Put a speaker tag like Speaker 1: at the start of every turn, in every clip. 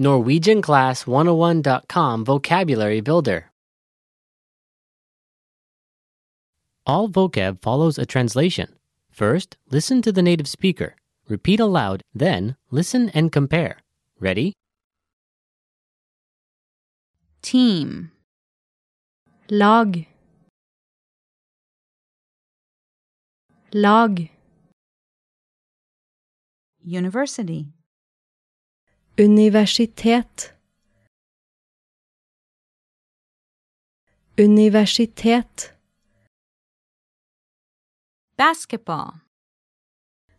Speaker 1: NorwegianClass101.com Vocabulary Builder. All vocab follows a translation. First, listen to the native speaker. Repeat aloud, then, listen and compare. Ready?
Speaker 2: Team. Lag. Lag. University.
Speaker 3: Universitet. Universitet.
Speaker 2: Basketball.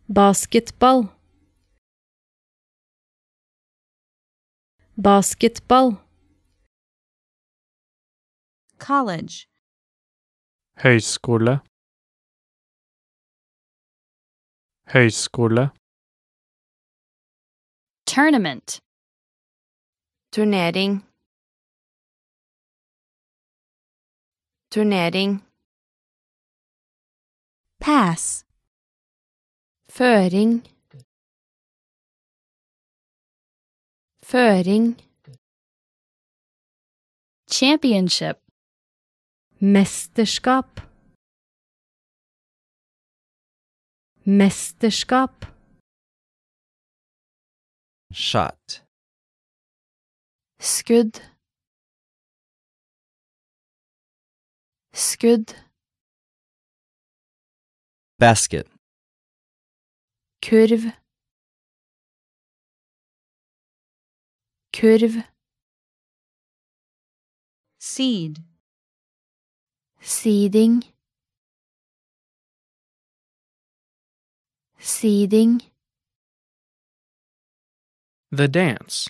Speaker 3: Basketball. Basketball.
Speaker 2: College.
Speaker 4: Högskole. Högskole.
Speaker 2: Tournament.
Speaker 5: Turnering. Turnering.
Speaker 2: Pass.
Speaker 5: Føring. Føring.
Speaker 2: Championship.
Speaker 3: Mästerskap. Mästerskap.
Speaker 6: shot,
Speaker 5: Skudd. Skudd.
Speaker 6: basket,
Speaker 5: Kurv. Kurv.
Speaker 2: Seed.
Speaker 5: Seeding. Seeding.
Speaker 4: The dance.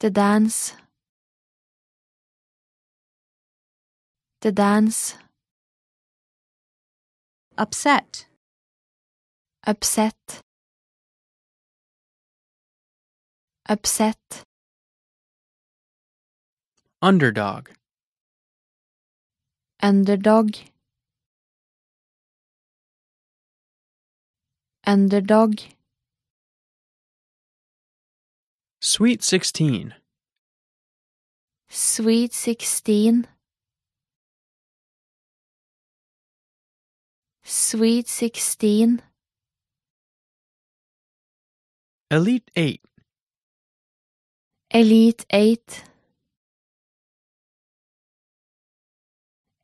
Speaker 5: The dance. The dance.
Speaker 2: Upset.
Speaker 5: Upset. Upset.
Speaker 4: Underdog.
Speaker 5: Underdog. Underdog.
Speaker 4: Sweet 16.
Speaker 5: Sweet 16. Sweet 16.
Speaker 4: Elite 8.
Speaker 5: Elite 8.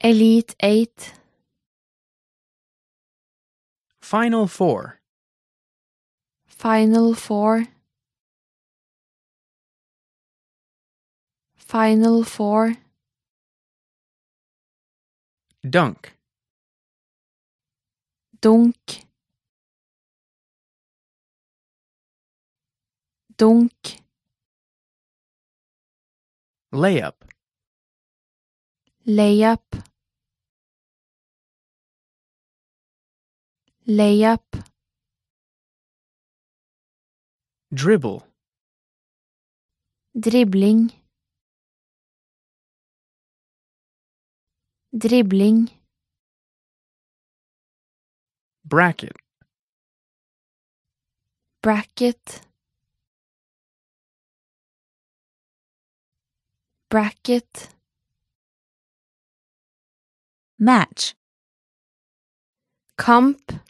Speaker 5: Elite 8.
Speaker 4: Final 4.
Speaker 5: Final Four. Final Four.
Speaker 4: Dunk.
Speaker 5: Dunk. Dunk.
Speaker 4: Layup.
Speaker 5: Layup. Layup.
Speaker 4: Dribble.
Speaker 5: Dribbling. Dribbling.
Speaker 4: Bracket.
Speaker 5: Bracket. Bracket.
Speaker 2: Match.
Speaker 5: Kamp.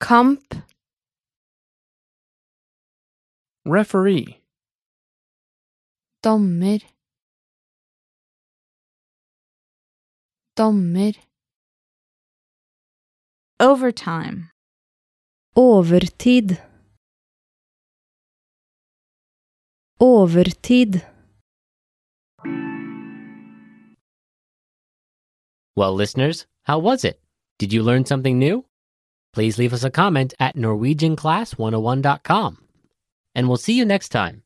Speaker 5: Kamp.
Speaker 4: Referee.
Speaker 5: Dommer. Dommer.
Speaker 2: Overtime.
Speaker 3: Overtid. Overtid.
Speaker 1: Well, listeners, how was it? Did you learn something new? oh Please leave us a comment at NorwegianClass101.com. And we'll see you next time.